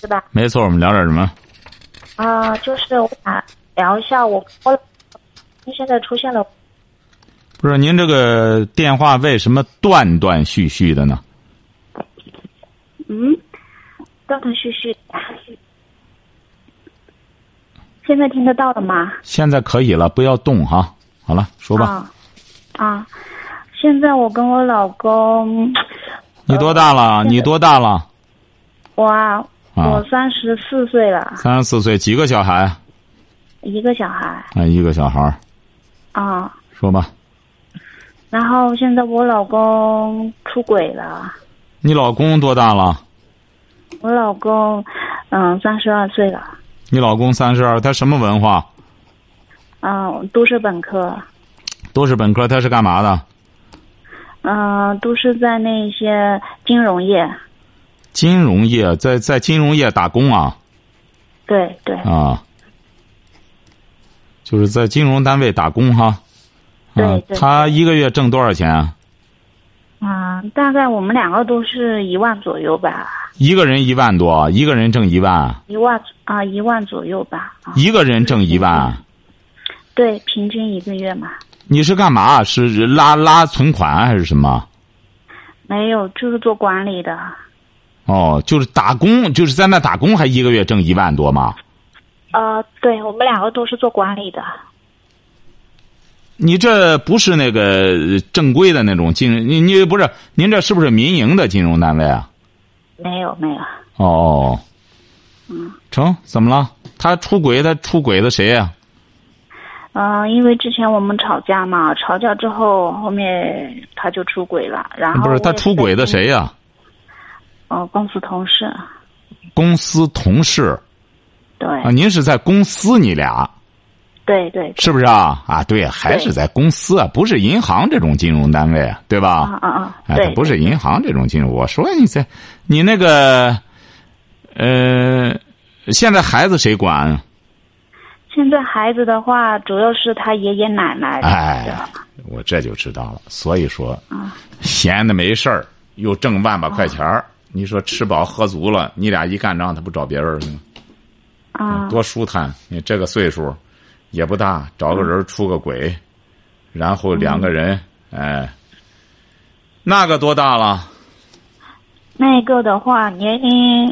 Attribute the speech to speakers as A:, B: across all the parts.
A: 师吧？
B: 没错，我们聊点什么？
A: 啊、就是我想聊一下我我现在出现了，
B: 不是您这个电话为什么断断续续的呢？
A: 嗯，断断续续。现在听得到了吗？
B: 现在可以了，不要动哈。好了，说吧，
A: 啊啊！现在我跟我老公，
B: 你多大了？
A: 现在
B: 你多大了？
A: 我啊，
B: 啊
A: 我三十四岁了，
B: 三十四岁，几个小孩？啊、
A: 一个小孩
B: 一个小孩儿。
A: 啊。
B: 说吧，
A: 然后现在我老公出轨了，
B: 你老公多大了？
A: 我老公，嗯，三十二岁了，
B: 你老公三十二，他什么文化？
A: 嗯，都是本科。
B: 都是本科，他是干嘛的？
A: 嗯、都是在那些金融业。
B: 金融业，在在金融业打工啊
A: 对对
B: 啊，就是在金融单位打工哈。啊
A: 对对，
B: 他一个月挣多少钱啊？
A: 嗯、大概我们两个都是一万左右吧，
B: 一个人一万多，啊一个人挣一万，
A: 一万啊、一万左右吧啊，
B: 一个人挣一万。啊
A: 对，平均一个月嘛。
B: 你是干嘛？是拉拉存款还是什么？
A: 没有，就是做管理的。
B: 哦，就是打工，就是在那打工，还一个月挣一万多吗？
A: 呃，对我们两个都是做管理的。
B: 你这不是那个呃正规的那种金融，你你不是您这是不是民营的金融单位啊？
A: 没有没有，
B: 哦哦，嗯，成，怎么了？他出轨，他出轨的谁呀、
A: 嗯、因为之前我们吵架嘛，吵架之后后面他就出轨了，然后
B: 不
A: 我
B: 是
A: 也
B: 他出
A: 在
B: 轨的
A: 公？
B: 谁呀、
A: 呃，公司同事。
B: 公司同事
A: 对、
B: 啊，您是在公司你俩
A: 对对，
B: 是不是啊？啊，对，还是在公司啊，不是银行这种金融单位啊，对吧？
A: 啊啊啊，
B: 哎，
A: 对
B: 它，不是银行这种金融。我说你这，你那个，呃，现在孩子谁管啊？
A: 现在孩子的话，主要是他爷爷奶奶的。
B: 哎呀，我这就知道了。所以说，
A: 啊
B: 闲的没事儿，又挣万把块钱儿，你说吃饱喝足了，你俩一干仗，他不找别人去吗？
A: 啊
B: 多舒坦！你这个岁数，也不大，找个人出个轨，然后两个人，哎，那个多大了？
A: 那个的话，年龄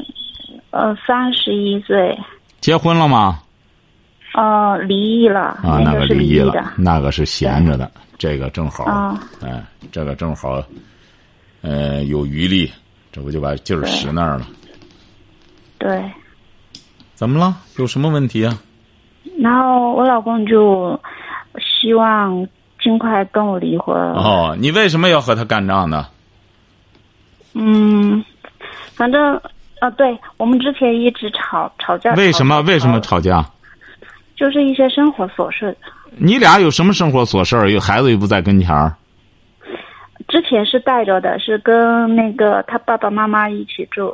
A: 呃三十一岁，
B: 结婚了吗？
A: 呃离异了，
B: 啊，
A: 那
B: 那
A: 个
B: 个
A: 是
B: 离
A: 异的
B: 了，那个是闲着的，这个正好，
A: 啊
B: 哎，这个正好，呃，有余力，这不就把劲儿使那儿了？
A: 对。
B: 怎么了？有什么问题啊？
A: 然后我老公就希望尽快跟我离婚。
B: 哦，你为什么要和他干仗呢？
A: 嗯，反正啊，对我们之前一直吵吵架。哦
B: 为什么？为什么吵
A: 吵？
B: 架？
A: 就是一些生活琐事。
B: 你俩有什么生活琐事儿？有孩子又不在跟前儿，
A: 之前是带着的，是跟那个他爸爸妈妈一起住，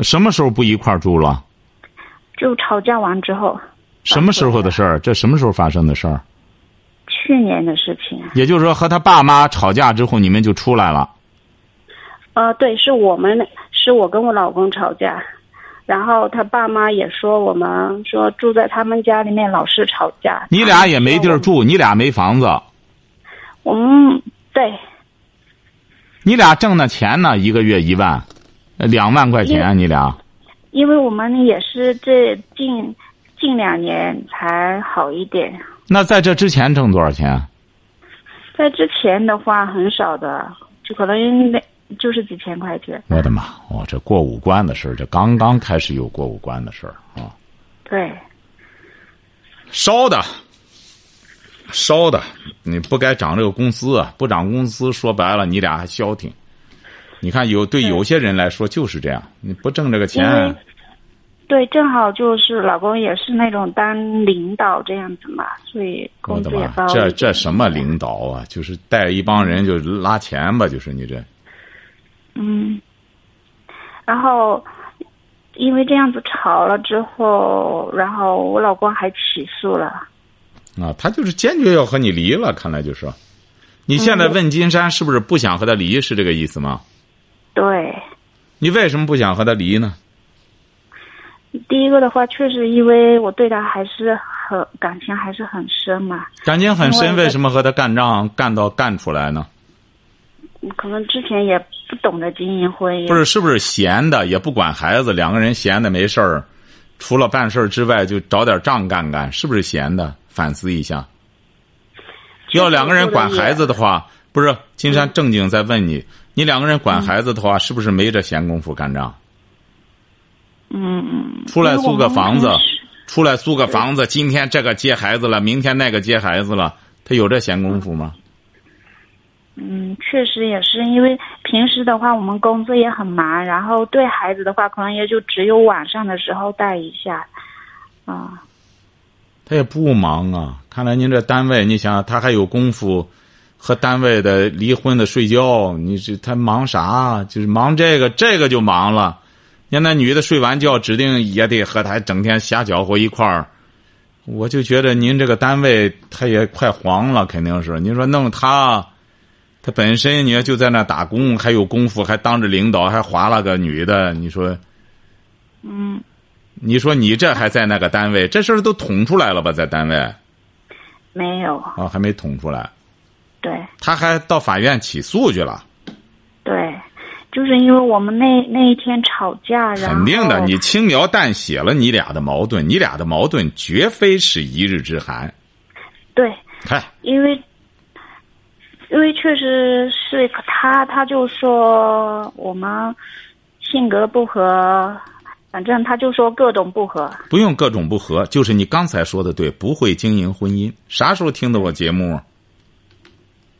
B: 什么时候不一块儿住了？
A: 就吵架完之后，
B: 什么时候的事儿？这什么时候发生的事儿？
A: 去年的啊事情。
B: 也就是说，和他爸妈吵架之后，你们就出来了。
A: 呃，对，是我们，是我跟我老公吵架，然后他爸妈也说我们说住在他们家里面老是吵架。
B: 你俩也没地儿住，你俩没房子，
A: 我们对
B: 你俩挣的钱呢？一个月一万，呃两万块钱，你俩
A: 因为我们也是这近近两年才好一点，
B: 那在这之前挣多少钱？啊
A: 在之前的话很少的，就可能那就是几千块钱。
B: 我的妈！哦，这过五关的事儿，这刚刚开始有过五关的事儿啊！
A: 对，
B: 烧的，烧的，你不该涨这个工资啊！不涨工资，说白了，你俩还消停。你看有对有些人来说就是这样，你不挣这个啊
A: 因为
B: 钱，
A: 对，正好就是老公也是那种当领导这样子嘛，所以
B: 我
A: 工
B: 的
A: 资也
B: 妈
A: 高。，
B: 这这什么领导啊？就是带一帮人就拉钱吧，就是你这。
A: 嗯，然后因为这样子吵了之后，然后我老公还起诉了。
B: 啊，他就是坚决要和你离了，看来就是。你现
A: 嗯
B: 在问金山是不是不想和他离，是这个意思吗？
A: 对，
B: 你为什么不想和他离呢？
A: 第一个的话，确实因为我对他还是很感情还是很深嘛，
B: 感情很深，
A: 因为
B: 为什么和他干仗干到干出来呢？
A: 可能之前也不懂得经营婚姻。
B: 不是，是不是闲的也不管孩子，两个人闲的没事儿，除了办事儿之外，就找点仗干干，是不是闲的？反思一下。
A: 确实
B: 要两个人管孩子的话，不是金山正经在问
A: 嗯
B: 你，你两个人管孩子的话，是不是没这闲工夫干仗？
A: 嗯嗯，
B: 出来租个房子
A: 因为我们开始，
B: 出来租个房子，今天这个接孩子了，明天那个接孩子了，他有这闲工夫吗？
A: 嗯，确实也是因为平时的话，我们工作也很忙，然后对孩子的话，可能也就只有晚上的时候带一下，啊、
B: 他也不忙啊。看来您这单位，你想他还有功夫和单位的离婚的睡觉，你这他忙啥？就是忙这个，这个就忙了。你看那女的睡完觉，指定也得和他整天瞎搅和一块儿。我就觉得您这个单位他也快黄了，肯定是。您说弄他，他本身你看就在那打工，还有功夫，还当着领导，还划拉个女的，你说。
A: 嗯，
B: 你说你这还在那个单位，这事儿都捅出来了吧？在单位啊、
A: 没有，
B: 还没捅出来，
A: 对
B: 他还到法院起诉去了，
A: 对，就是因为我们那那一天吵架，然后
B: 肯定的。你轻描淡写了你俩的矛盾，你俩的矛盾绝非是一日之寒。哎
A: 对，
B: 嗨，
A: 因为因为确实是他，他就说我们性格不合，反正他就说各种不合，
B: 不用各种不和，就是你刚才说的对，不会经营婚姻。啥时候听的我节目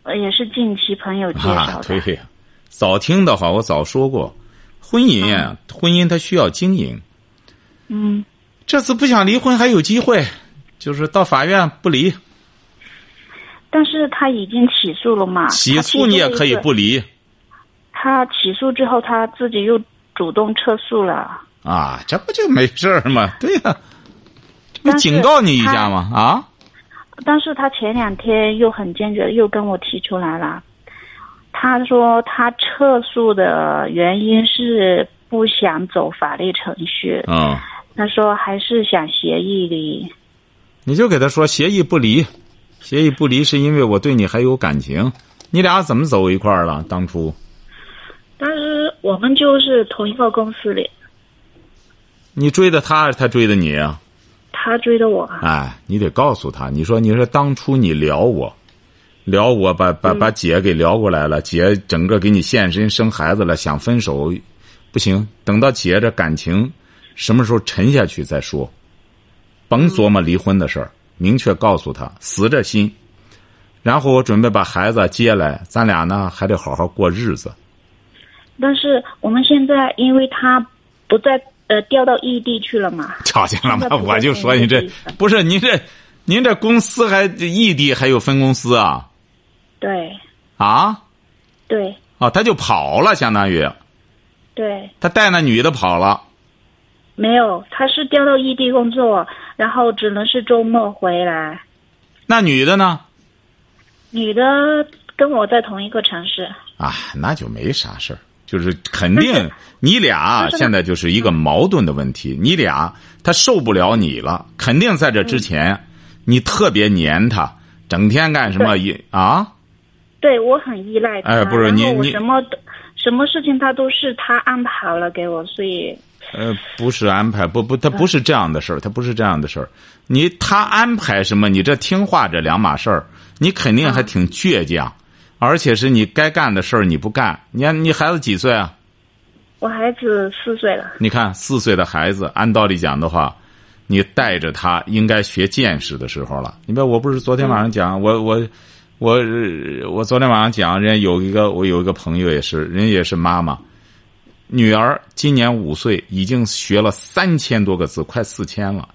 A: 呃也是近期朋友介
B: 啊
A: 绍？的。
B: 对，早听的话我早说过，婚姻呀、婚姻它需要经营。
A: 嗯，
B: 这次不想离婚还有机会，就是到法院不离，
A: 啊但是他已经起诉了嘛？
B: 起
A: 他
B: 诉你也
A: 了一
B: 可以
A: 个
B: 不离。
A: 他起诉之后，他自己又主动撤诉了。
B: 啊，这不就没事儿吗？对呀、这不
A: 但是
B: 警告你一下吗？啊，
A: 但是他前两天又很坚决，又跟我提出来了。他说他撤诉的原因是不想走法律程序，
B: 嗯，
A: 他说还是想协议离。
B: 你就给他说协议不离，协议不离是因为我对你还有感情，你俩怎么走一块儿了？当初
A: 但是我们就是同一个公司里，
B: 你追的他，他追的你啊？
A: 他追的我，
B: 哎，你得告诉他，你说你说当初你撩我，撩我把
A: 嗯
B: 把把姐给撩过来了，姐整个给你现身生孩子了，想分手，不行，等到姐这感情什么时候沉下去再说，甭琢
A: 嗯
B: 磨离婚的事儿，明确告诉他，死这心。然后我准备把孩子接来，咱俩呢还得好好过日子。
A: 但是我们现在因为他不在呃调到异地去了嘛，
B: 瞧见了
A: 现
B: 吗？
A: 在不
B: 我
A: 在
B: 就
A: 同
B: 说
A: 一
B: 你
A: 个
B: 这
A: 地方
B: 不是您这，您这公司还异地还有分公司啊
A: 对
B: 啊？
A: 对
B: 哦，他就跑了，相当于
A: 对，
B: 他带那女的跑了。
A: 没有，他是调到异地工作，然后只能是周末回来。
B: 那女的呢？
A: 女的跟我在同一个城市，
B: 啊，那就没啥事儿，就是肯定你俩
A: 但是呢
B: 现在就是一个矛盾的问题。你俩他受不了你了，肯定在这之前，你特别黏他，整天干什么也啊？
A: 对我很依赖他。
B: 哎不是
A: 然后
B: 你
A: 我
B: 你
A: 什么都什么事情他都是他安排好了给我，所以
B: 呃，不是安排，不不，他不是这样的事儿，他不是这样的事儿。你他安排什么，你这听话这两码事儿，你肯定还挺倔强，而且是你该干的事儿你不干。你看你孩子几岁啊？
A: 我孩子四岁了。
B: 你看，四岁的孩子，按道理讲的话，你带着他应该学见识的时候了。你别，我不是昨天晚上讲，我我我呃我昨天晚上讲，人家有一个我有一个朋友也是，人家也是妈妈，女儿今年五岁，已经学了三千多个字，快四千了。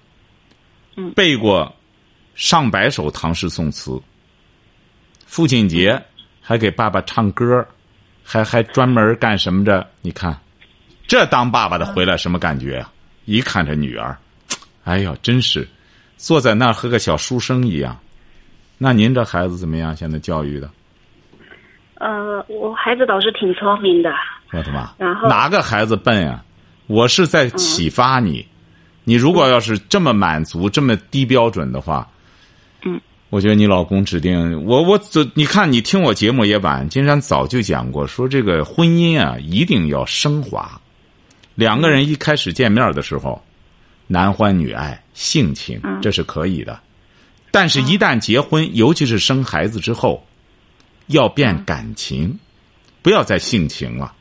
A: 嗯
B: 背过上百首唐诗宋词。父亲节还给爸爸唱歌，还还专门干什么着？你看，这当爸爸的回来什么感觉啊？一看这女儿，哎呦，真是坐在那儿和个小书生一样。那您这孩子怎么样？现在教育的？
A: 呃，我孩子倒是挺聪明的，
B: 我的妈！
A: 然后
B: 哪个孩子笨呀、我是在启发你，你如果要是这么满足、这么低标准的话，
A: 嗯，
B: 我觉得你老公指定我我这你看你听我节目也晚，金山早就讲过，说这个婚姻啊一定要升华。两个人一开始见面的时候，男欢女爱、性情，
A: 嗯
B: 这是可以的。但是，一旦结婚，尤其是生孩子之后，要
A: 嗯
B: 变感情，不要再性情了。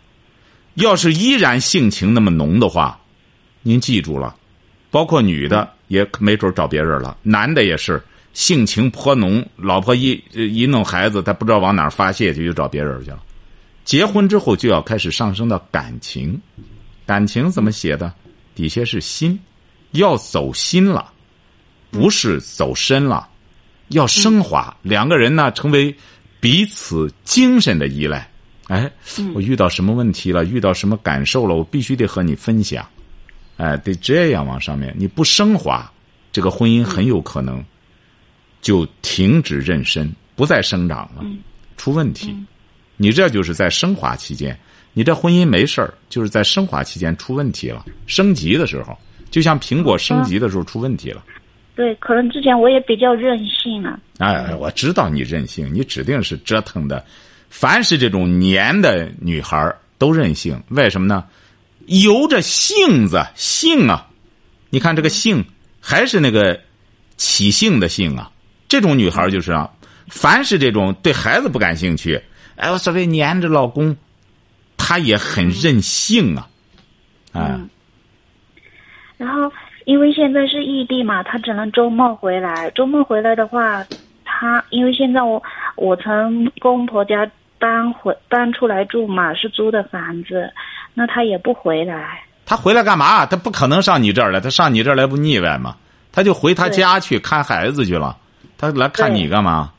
B: 要是依然性情那么浓的话，您记住了，包括女的也没准找别人了，男的也是性情颇浓，老婆一呃一弄孩子，他不知道往哪儿发泄去，就找别人去了。结婚之后就要开始上升到感情，感情怎么写的？底下是心，要走心了，不是走深了，要升华。两个人呢，成为彼此精神的依赖。哎，我遇到什么问题了？遇到什么感受了？我必须得和你分享。哎，得这样往上面，你不升华，这个婚姻很有可能就停止妊娠，不再生长了，出问题。你这就是在升华期间，你这婚姻没事儿，就是在升华期间出问题了，升级的时候，就像苹果升级的时候出问题了。
A: 对，可能之前我也比较任性啊，
B: 哎，哎我知道你任性，你指定是折腾的。凡是这种黏的女孩儿都任性，为什么呢？由着性子，性啊！你看这个性，还是那个起性的性啊。这种女孩儿就是啊，凡是这种对孩子不感兴趣，哎，我所谓黏着老公，她也很任性啊。哎，
A: 然后因为现在是异地嘛，他只能周末回来。周末回来的话，他因为现在我我从公婆家搬回搬出来住嘛，是租的房子，那他也不回来。
B: 他回来干嘛？他不可能上你这儿来，他上你这儿来不腻歪吗？他就回他
A: 对
B: 家去看孩子去了，他来看
A: 对
B: 你干嘛？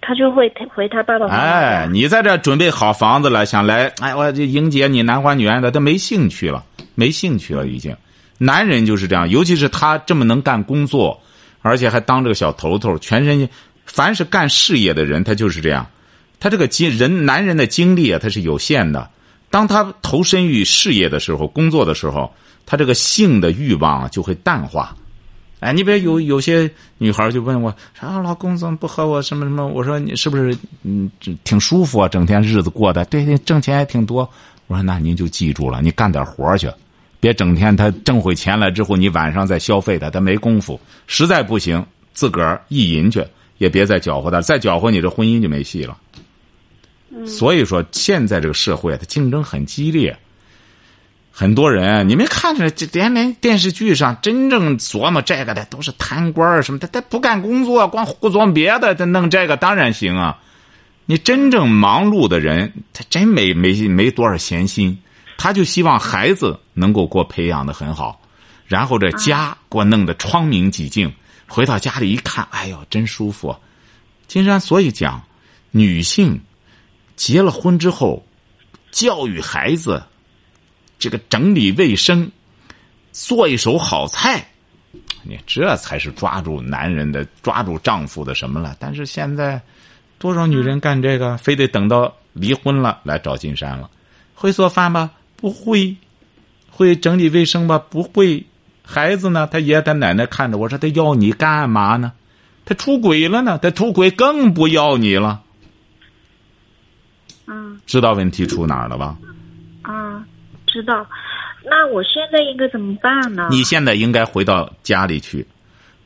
A: 他就会回他爸爸妈妈家。
B: 哎，你在这儿准备好房子了，想来，哎，我就迎接你男欢女爱的，他没兴趣了，没兴趣了已经。男人就是这样，尤其是他这么能干工作，而且还当这个小头头，全身，凡是干事业的人，他就是这样。他这个精人男人的精力啊，他是有限的。当他投身于事业的时候，工作的时候，他这个性的欲望啊就会淡化。哎，你别有有些女孩就问我，啊，老公怎么不和我什么什么？我说你是不是嗯这挺舒服啊？整天啊日子过的，对对，挣钱也挺多。我说那您就记住了，你干点活儿去，别整天他挣回钱来之后，你晚上再消费他，他没功夫。实在不行，自个儿意淫去，也别再搅和他，再搅和你这婚姻就没戏了。所以说，现在这个社会啊它竞争很激烈，很多人你没看着，这连连电视剧上真正琢磨这个的都是贪官儿什么的，他不干工作，光胡琢磨别的，他弄这个当然行啊。你真正忙碌的人，他真没没没多少闲心，他就希望孩子能够给我培养的很好，然后这家给我弄得窗明几净，回到家里一看，哎呦，真舒服啊。金山所以讲，女性结了婚之后，教育孩子，这个整理卫生，做一手好菜，你这才是抓住男人的、抓住丈夫的什么了。但是现在，多少女人干这个，非得等到离婚了来找金山了。会做饭吧？不会。会整理卫生吧？不会。孩子呢？他爷爷他奶奶看着我说：“他要你干嘛呢？他出轨了呢？他出轨更不要你了。”
A: 嗯
B: 知道问题出哪儿了吧？
A: 啊，知道。那我现在应该怎么办呢？
B: 你现在应该回到家里去，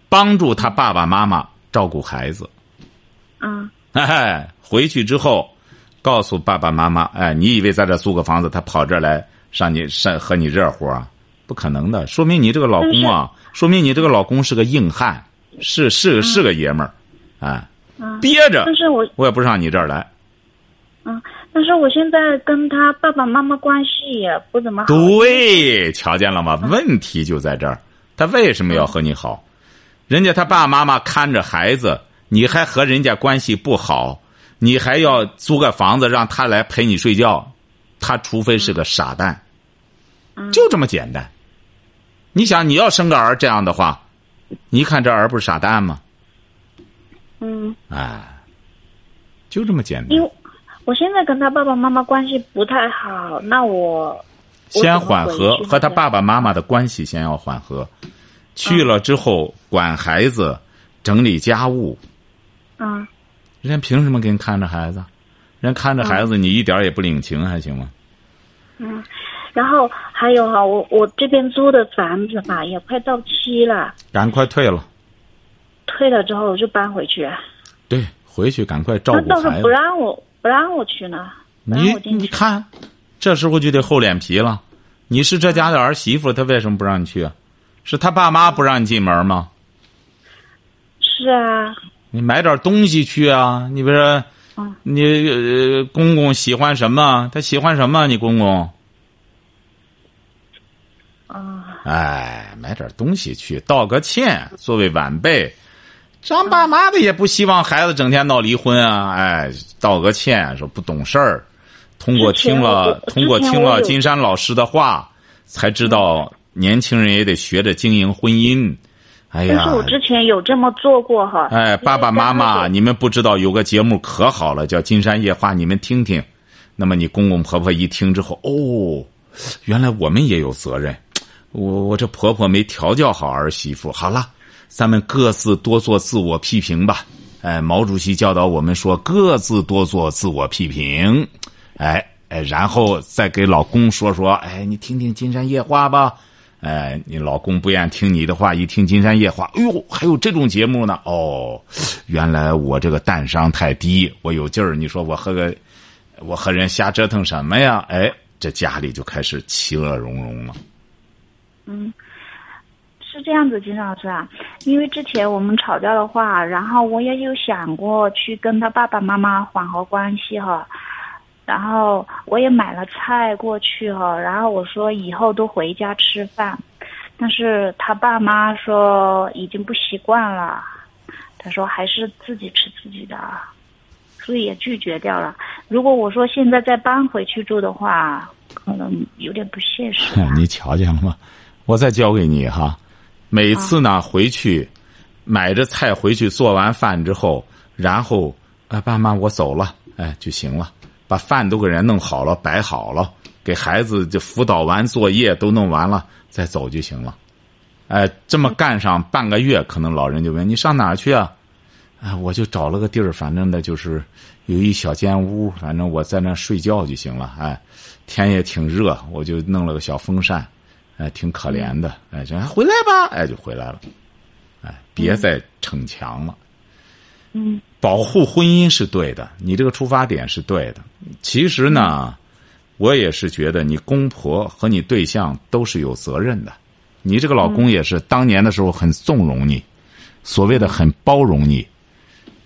B: 帮助他爸爸妈妈照顾孩子。
A: 嗯
B: 哎，回去之后，告诉爸爸妈妈，哎，你以为在这租个房子，他跑这儿来上你上和你热乎啊？不可能的，说明你这个老公
A: 嗯
B: 啊，说明你这个老公是个硬汉，是是是个爷们儿，哎，
A: 嗯，
B: 憋着
A: 但是我
B: 我也不上你这儿来。
A: 嗯，但是我现在跟他爸爸妈妈关系也不怎么 好。
B: 对，瞧见了吗？问题就在这儿，他为什么要和你好？人家他爸妈妈看着孩子，你还和人家关系不好，你还要租个房子让他来陪你睡觉，他除非是个傻蛋，嗯就这么简单。你想，你要生个儿这样的话，你看这儿不是傻蛋吗？
A: 嗯，
B: 哎，就这么简单
A: 因。为我现在跟他爸爸妈妈关系不太好，那我
B: 先缓和
A: 我怎么回去
B: 和他爸爸妈妈的关系，先要缓和。去了之后，管孩子，整理家务，
A: 嗯
B: 人家凭什么给你看着孩子？人家看着孩子，你一点儿也不领情，还行吗？
A: 嗯，然后还有哈、我我这边租的房子嘛也快到期了，
B: 赶快退了，
A: 退了之后我就搬回去，啊
B: 对，回去赶快照
A: 他
B: 顾
A: 倒是
B: 孩子
A: 不。让我不让我去呢，不让
B: 你
A: 我进
B: 你
A: 去。
B: 看，这时候就得厚脸皮了。你是这家的儿媳妇，他为什么不让你去啊？是他爸妈不让你进门吗？
A: 是啊，
B: 你买点东西去啊！你不是
A: 嗯，
B: 你呃公公喜欢什么？他喜欢什么？你公公？
A: 啊、
B: 哎，买点东西去，道个歉，作为晚辈，让爸妈的也不希望孩子整天闹离婚啊！哎，道个歉，说不懂事儿。通过听了，
A: 之前我
B: 通过听了
A: 之前我有
B: 金山老师的话，才知道年轻人也得学着经营婚姻。哎
A: 但
B: 呀，
A: 是我之前有这么做过哈。
B: 哎，爸爸妈妈，
A: 因为
B: 你们不知道有个节目可好了，叫《金山夜话》，你们听听。那么你公公婆婆一听之后，哦，原来我们也有责任，我我这婆婆没调教好儿媳妇。好了，咱们各自多做自我批评吧。哎，毛主席教导我们说，各自多做自我批评。哎哎，然后再给老公说说，哎，你听听《金山夜话》吧。哎，你老公不愿听你的话，一听《金山夜话》，哎呦，还有这种节目呢！哦，原来我这个蛋商太低，我有劲儿。你说我和个，我和人瞎折腾什么呀？哎，这家里就开始其乐融融了。。
A: 是这样子，金老师啊，因为之前我们吵架的话，然后我也有想过去跟他爸爸妈妈缓和关系哈，然后我也买了菜过去哈，然后我说以后都回家吃饭，但是他爸妈说已经不习惯了，他说还是自己吃自己的，所以也拒绝掉了。如果我说现在再搬回去住的话，可能有点不现实吧
B: 你瞧见了吗？我再教给你哈，每次呢、回去买着菜回去做完饭之后，然后啊，爸妈我走了，哎就行了，把饭都给人弄好了摆好了，给孩子就辅导完作业都弄完了再走就行了。哎，这么干上半个月，可能老人就问你上哪儿去啊？哎，我就找了个地儿，反正呢就是有一小间屋，反正我在那儿睡觉就行了。哎，天也挺热，我就弄了个小风扇，哎，挺可怜的。
A: 嗯
B: 哎，这回来吧，哎，就回来了。哎，别再逞强了。
A: 嗯，
B: 保护婚姻是对的，你这个出发点是对的。其实
A: 嗯
B: 呢，我也是觉得你公婆和你对象都是有责任的。你这个
A: 嗯
B: 老公也是当年的时候很纵容你，所谓的很包容你。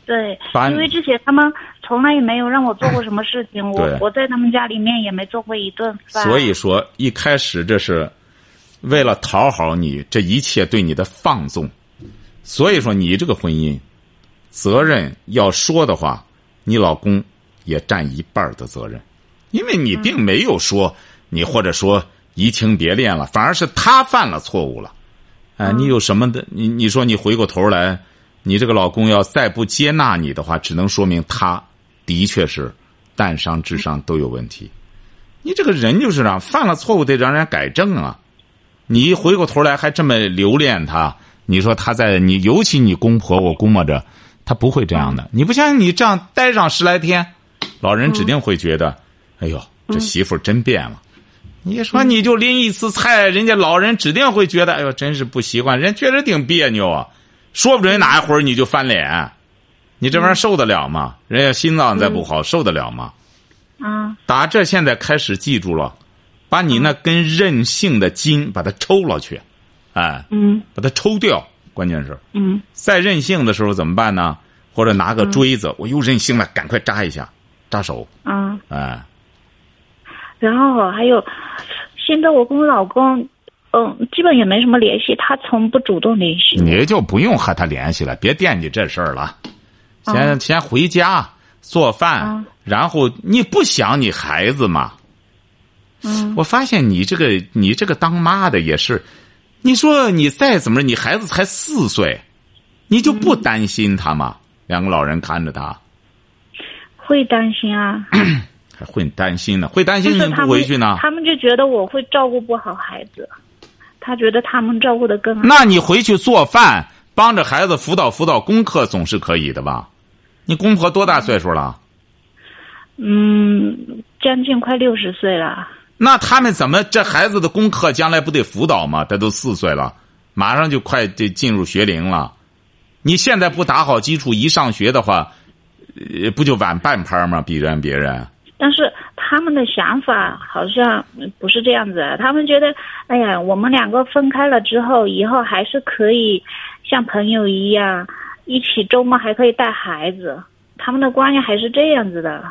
A: 对
B: 把，
A: 嗯因为之前他们从来也没有让我做过什么事情，
B: 对
A: 我我在他们家里面也没做过一顿饭。
B: 所以说，一开始这是为了讨好你，这一切对你的放纵。所以说，你这个婚姻责任要说的话，你老公也占一半儿的责任，因为你并没有说你或者说移情别恋了，反而是他犯了错误了。哎，你有什么的？你你说你回过头来，你这个老公要再不接纳你的话，只能说明他的确是蛋商智商都有问题。你这个人就是这样，犯了错误得让人家改正啊！你一回过头来还这么留恋他，你说他在你，尤其你公婆，我估摸着他不会这样的。你不相信？你这样待上十来天，老人指定会觉得，哎呦，这媳妇儿真变了。你说你就拎一次菜，人家老人指定会觉得，哎呦，真是不习惯，人家确实挺别扭啊。说不准哪一会儿你就翻脸，你这玩意儿受得了吗？人家心脏再不好，受得了吗？
A: 嗯，
B: 打这现在开始记住了，把你那根任性的筋把它抽了去，哎，
A: 嗯
B: 把它抽掉。关键是
A: 嗯
B: 再任性的时候怎么办呢？或者拿个锥子，我又任性了，赶快扎一下，扎手，
A: 嗯
B: 哎，
A: 然后还有，现在我跟我老公，嗯，基本也没什么联系，他从不主动联系。
B: 你就不用和他联系了，别惦记这事儿了，先、
A: 嗯
B: 先回家做饭，
A: 嗯
B: 然后你不想你孩子吗？
A: 嗯
B: 我发现你这个你这个当妈的也是，你说你再怎么着，你孩子才四岁，你就
A: 嗯
B: 不担心他吗？两个老人看着他，
A: 会担心啊，
B: 还会担心呢，会担
A: 就
B: 心
A: 是
B: 你
A: 他
B: 不
A: 们
B: 回去呢？
A: 他们就觉得我会照顾不好孩子，他觉得他们照顾的更好。
B: 那你回去做饭，帮着孩子辅导辅导功课，总是可以的吧？你公婆多大岁数了？
A: 嗯，将近快六十岁了，
B: 那他们怎么这孩子的功课将来不得辅导吗？他都四岁了，马上就快得进入学龄了，你现在不打好基础，一上学的话，呃，不就晚半拍吗？比人别人，
A: 但是他们的想法好像不是这样子啊，他们觉得，哎呀，我们两个分开了之后，以后还是可以像朋友一样，一起周末还可以带孩子，他们的观念还是这样子的。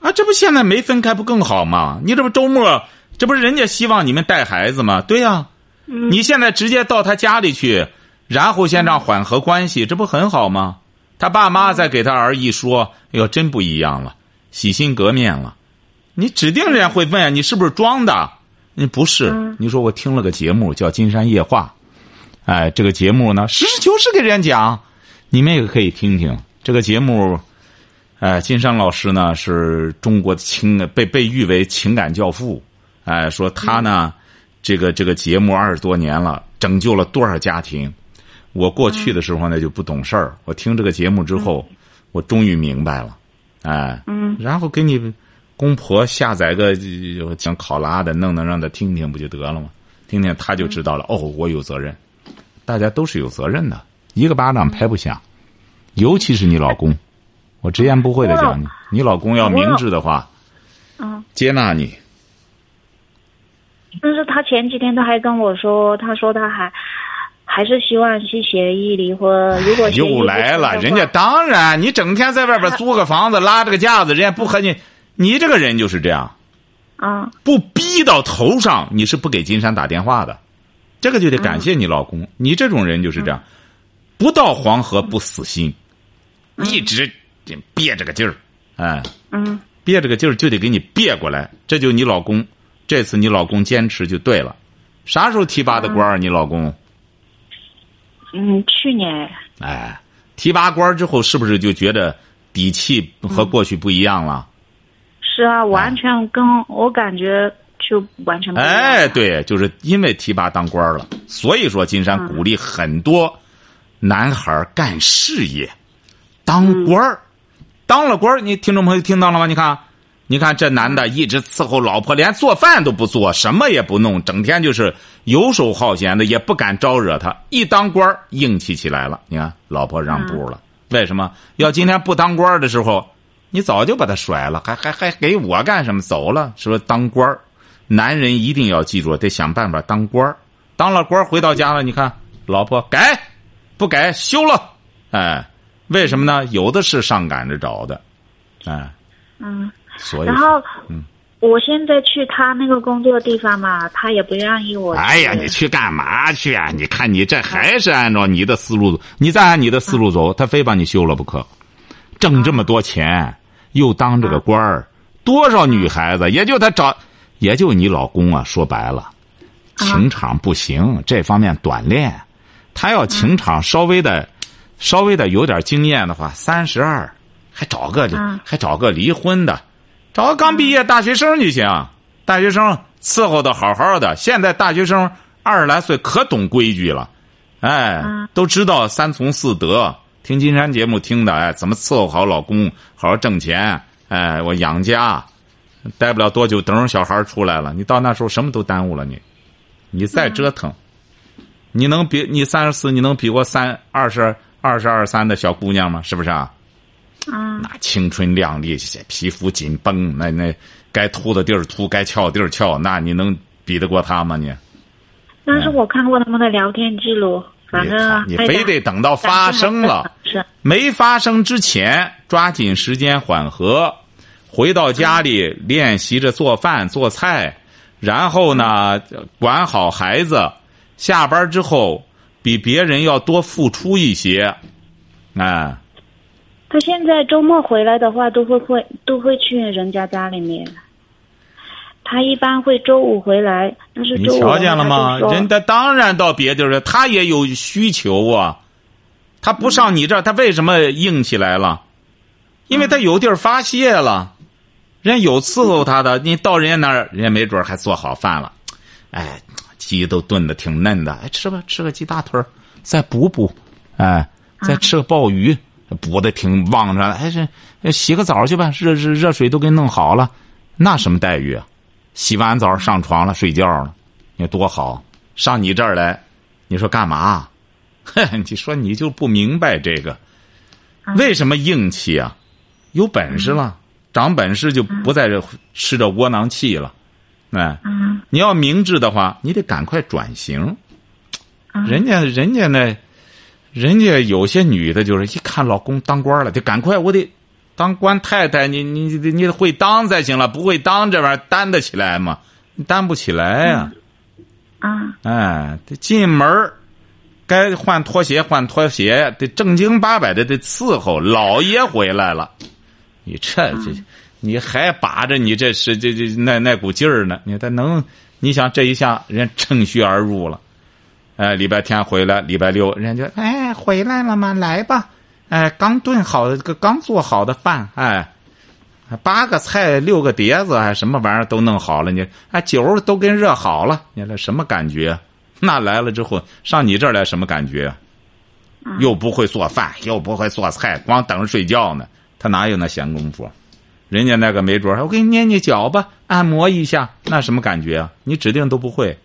B: 啊，这不现在没分开不更好吗？你这不周末，这不是人家希望你们带孩子吗？对呀、
A: 嗯
B: 你现在直接到他家里去，然后先让缓和关系，这不很好吗？他爸妈再给他儿一说，哎呦，真不一样了，洗心革面了。你指定人家会问啊，你是不是装的？你不是，
A: 嗯
B: 你说我听了个节目叫《金山夜话》，哎，这个节目呢，实事求是给人家讲，你们也可以听听这个节目。哎，金山老师呢是中国的情被被誉为情感教父，哎，说他呢，这个这个节目二十多年了，拯救了多少家庭。我过去的时候呢就不懂事儿，我听这个节目之后，我终于明白了，哎，
A: 嗯
B: 然后给你公婆下载个呃像考拉的，弄弄让他听听不就得了吗？听听他就知道了。哦，我有责任，大家都是有责任的，一个巴掌拍不响，尤其是你老公，我直言不讳的
A: 我老
B: 讲你，你老公要
A: 我
B: 明
A: 老
B: 智的话，
A: 嗯，
B: 接纳你。
A: 但是他前几天他还跟我说，他说他还还是希望去协议离婚，如果协 议
B: 又
A: 不
B: 来
A: 成
B: 了，
A: 的
B: 人
A: 话
B: 家当然，你整天在外边租个房子，拉着个架子，人家不和你，你这个人就是这样，
A: 啊、
B: 不逼到头上，你是不给金山打电话的，这个就得感谢你老公，你这种人就是这样，不到黄河不死心，一直憋着个劲儿，哎，
A: 嗯
B: 憋着个劲儿就得给你憋过来，这就你老公，这次你老公坚持就对了，啥时候提拔的官儿？你老公？
A: 嗯，去年
B: 哎，提拔官儿之后，是不是就觉得底气和过去不一样了？
A: 是
B: 哎
A: 啊，完全跟我感觉就完全不一样
B: 哎，对，就是因为提拔当官儿了，所以说金山鼓励很多男孩儿干事业，当官儿。当了官儿，你听众朋友听到了吗？你看，你看这男的一直伺候老婆，连做饭都不做，什么也不弄，整天就是游手好闲的，也不敢招惹他。一当官儿，硬气起来了。你看，老婆让步了，为什么？要今天不当官儿的时候，你早就把他甩了，还还还给我干什么？走了，是不是？当官儿，男人一定要记住，得想办法当官儿。当了官儿回到家
A: 嗯
B: 了，你看，老婆改，不改休了，哎，为什么呢？有的是上赶着找的，哎，
A: 嗯，
B: 所以
A: 然
B: 说，嗯
A: 后我现在去他那个工作的地方嘛，他也不愿意我去。
B: 哎呀，你去干嘛去啊？你看你这还是按照你的思路，你再按你的思路走，
A: 啊
B: 他非把你休了不可。挣这么多钱，又当这个官儿，多少女孩子也就他找，也就你老公啊。说白了，
A: 啊
B: 情场不行，这方面短练。他要情场稍微的、稍微的有点经验的话，三十二还找个、
A: 嗯
B: 还找个离婚的，找个刚毕业大学生就行。大学生伺候的好好的，现在大学生二十来岁可懂规矩了，哎
A: 嗯，
B: 都知道三从四德。听金山节目听的，哎，怎么伺候好老公，好好挣钱，哎，我养家，待不了多久，等会儿小孩出来了，你到那时候什么都耽误了你，你再折腾，你能比你三十四，你能比过三二十二十二三的小姑娘吗？是不是啊？
A: 嗯
B: 那青春靓丽，皮肤紧绷，那那该秃的地儿秃，该翘的地儿翘，那你能比得过他吗？你
A: 但是我看过他们的聊天记录，反正哎
B: 你你非得等到发生了，
A: 是
B: 没发生之前抓紧时间缓和，回到家里练习着做饭做菜，然后呢管好孩子，下班之后比别人要多付出一些，哎、
A: 他现在周末回来的话，都会会都会去人家家里面。他一般会周五回来，但是
B: 你
A: 周五
B: 瞧见了
A: 他
B: 吗？
A: 就说
B: 人家当然到别地儿了，他也有需求啊。他不上
A: 嗯
B: 你这儿，他为什么硬起来了？因为他有地儿发泄了，人家有伺候他的。你到人家那儿，人家没准儿还做好饭了，哎，鸡都炖的挺嫩的，哎，吃吧，吃个鸡大腿儿，再补补，哎，
A: 啊
B: 再吃个鲍鱼，补的挺旺着了。哎，这哎洗个澡去吧，热热热水都给弄好了，那什么待遇啊？洗完澡上床了，睡觉了，你说多好！上你这儿来，你说干嘛？ 哼，你说你就不明白这个，为什么硬气啊？有本事了，长本事就不在这吃这窝囊气了。哎，
A: 嗯
B: 你要明智的话，你得赶快转型。人家，人家呢，人家有些女的，就是一看老公当官了，就赶快，我得当官太太，你你你你得会当才行了，不会当这玩意儿担得起来吗？你担不起来呀、
A: 啊，
B: 哎，得进门儿该换拖鞋换拖鞋，得正经八百的得伺候。老爷回来了，你这这，你还把着你这是这这那那股劲儿呢？你他能，你想这一下人家趁虚而入了。哎，礼拜天回来，礼拜六人家就哎回来了吗？来吧，哎，刚炖好的，刚做好的饭，哎，八个菜六个碟子，还什么玩意儿都弄好了，你啊酒儿都跟热好了，你这什么感觉？ 那来了之后上你这儿来什么感觉？啊又不会做饭，又不会做菜，光等着睡觉呢，他哪有那闲工夫？人家那个没准儿，我给你捏捏脚吧，按摩一下，那什么感觉啊？你指定都不会。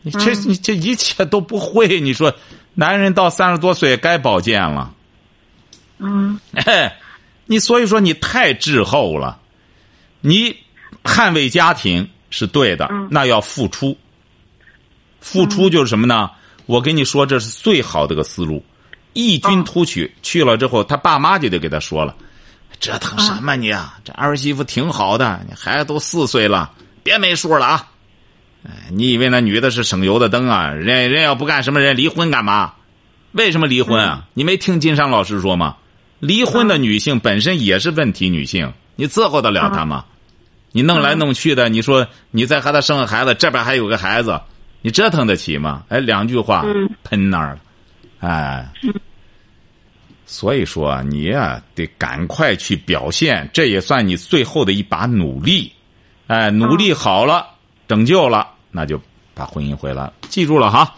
B: 你这你这一切都不会，你说，男人到三十多岁该保健了。
A: 嗯，
B: 哎，你所以说你太滞后了，你捍卫家庭是对的，那要付出。付出就是什么呢？我跟你说，这是最好的一个思路。异军突起，去了之后，他爸妈就得给他说了，折腾什么你啊？这儿媳妇挺好的，你孩子都四岁了，别没数了啊！哎，你以为那女的是省油的灯啊？人家人家要不干什么，人家离婚干嘛？为什么离婚啊？你没听金山老师说吗？离婚的女性本身也是问题女性，你伺候得了她吗？你弄来弄去的，你说你再和她生个孩子，这边还有个孩子，你折腾得起吗？哎，两句话
A: 嗯
B: 喷那儿了，哎，所以说你呀、得赶快去表现，这也算你最后的一把努力，哎，努力好了，拯救了，那就把婚姻回来了。记住了哈，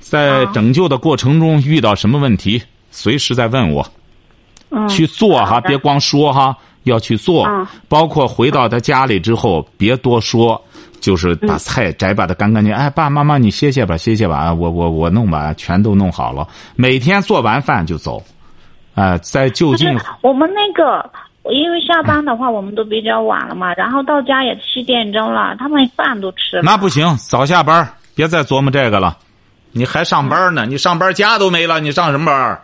B: 在
A: 好
B: 拯救的过程中遇到什么问题，随时再问我。
A: 嗯，
B: 去做哈，
A: 的
B: 别光说哈，要去做
A: 嗯。
B: 包括回到他家里之后，别多说，就是
A: 嗯
B: 把菜摘把它干干净。哎，爸妈妈，你歇歇吧，歇歇吧，啊我我我弄吧，全都弄好了。每天做完饭就走，啊，在就
A: 不是
B: 近
A: 我们那个，因为下班的话我们都比较晚了嘛，然后到家也七点钟了，他们饭都吃了。
B: 那不行，早下班儿，别再琢磨这个了。你还上班呢？你上班家都没了，你上什么班儿？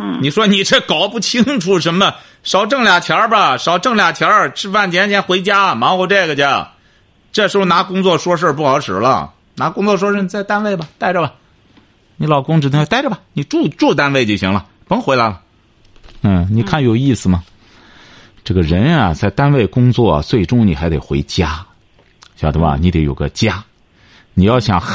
A: 嗯
B: 你说你这搞不清楚什么？少挣俩钱儿吧，少挣俩钱儿，吃饭前先回家忙活这个去。这时候拿工作说事儿不好使了，拿工作说事儿你在单位吧，待着吧。你老公只能待着吧，你住住单位就行了，甭回来了。嗯，你看有意思吗？这个人啊，在单位工作，最终你还得回家，晓得吧？你得有个家，你要想汉。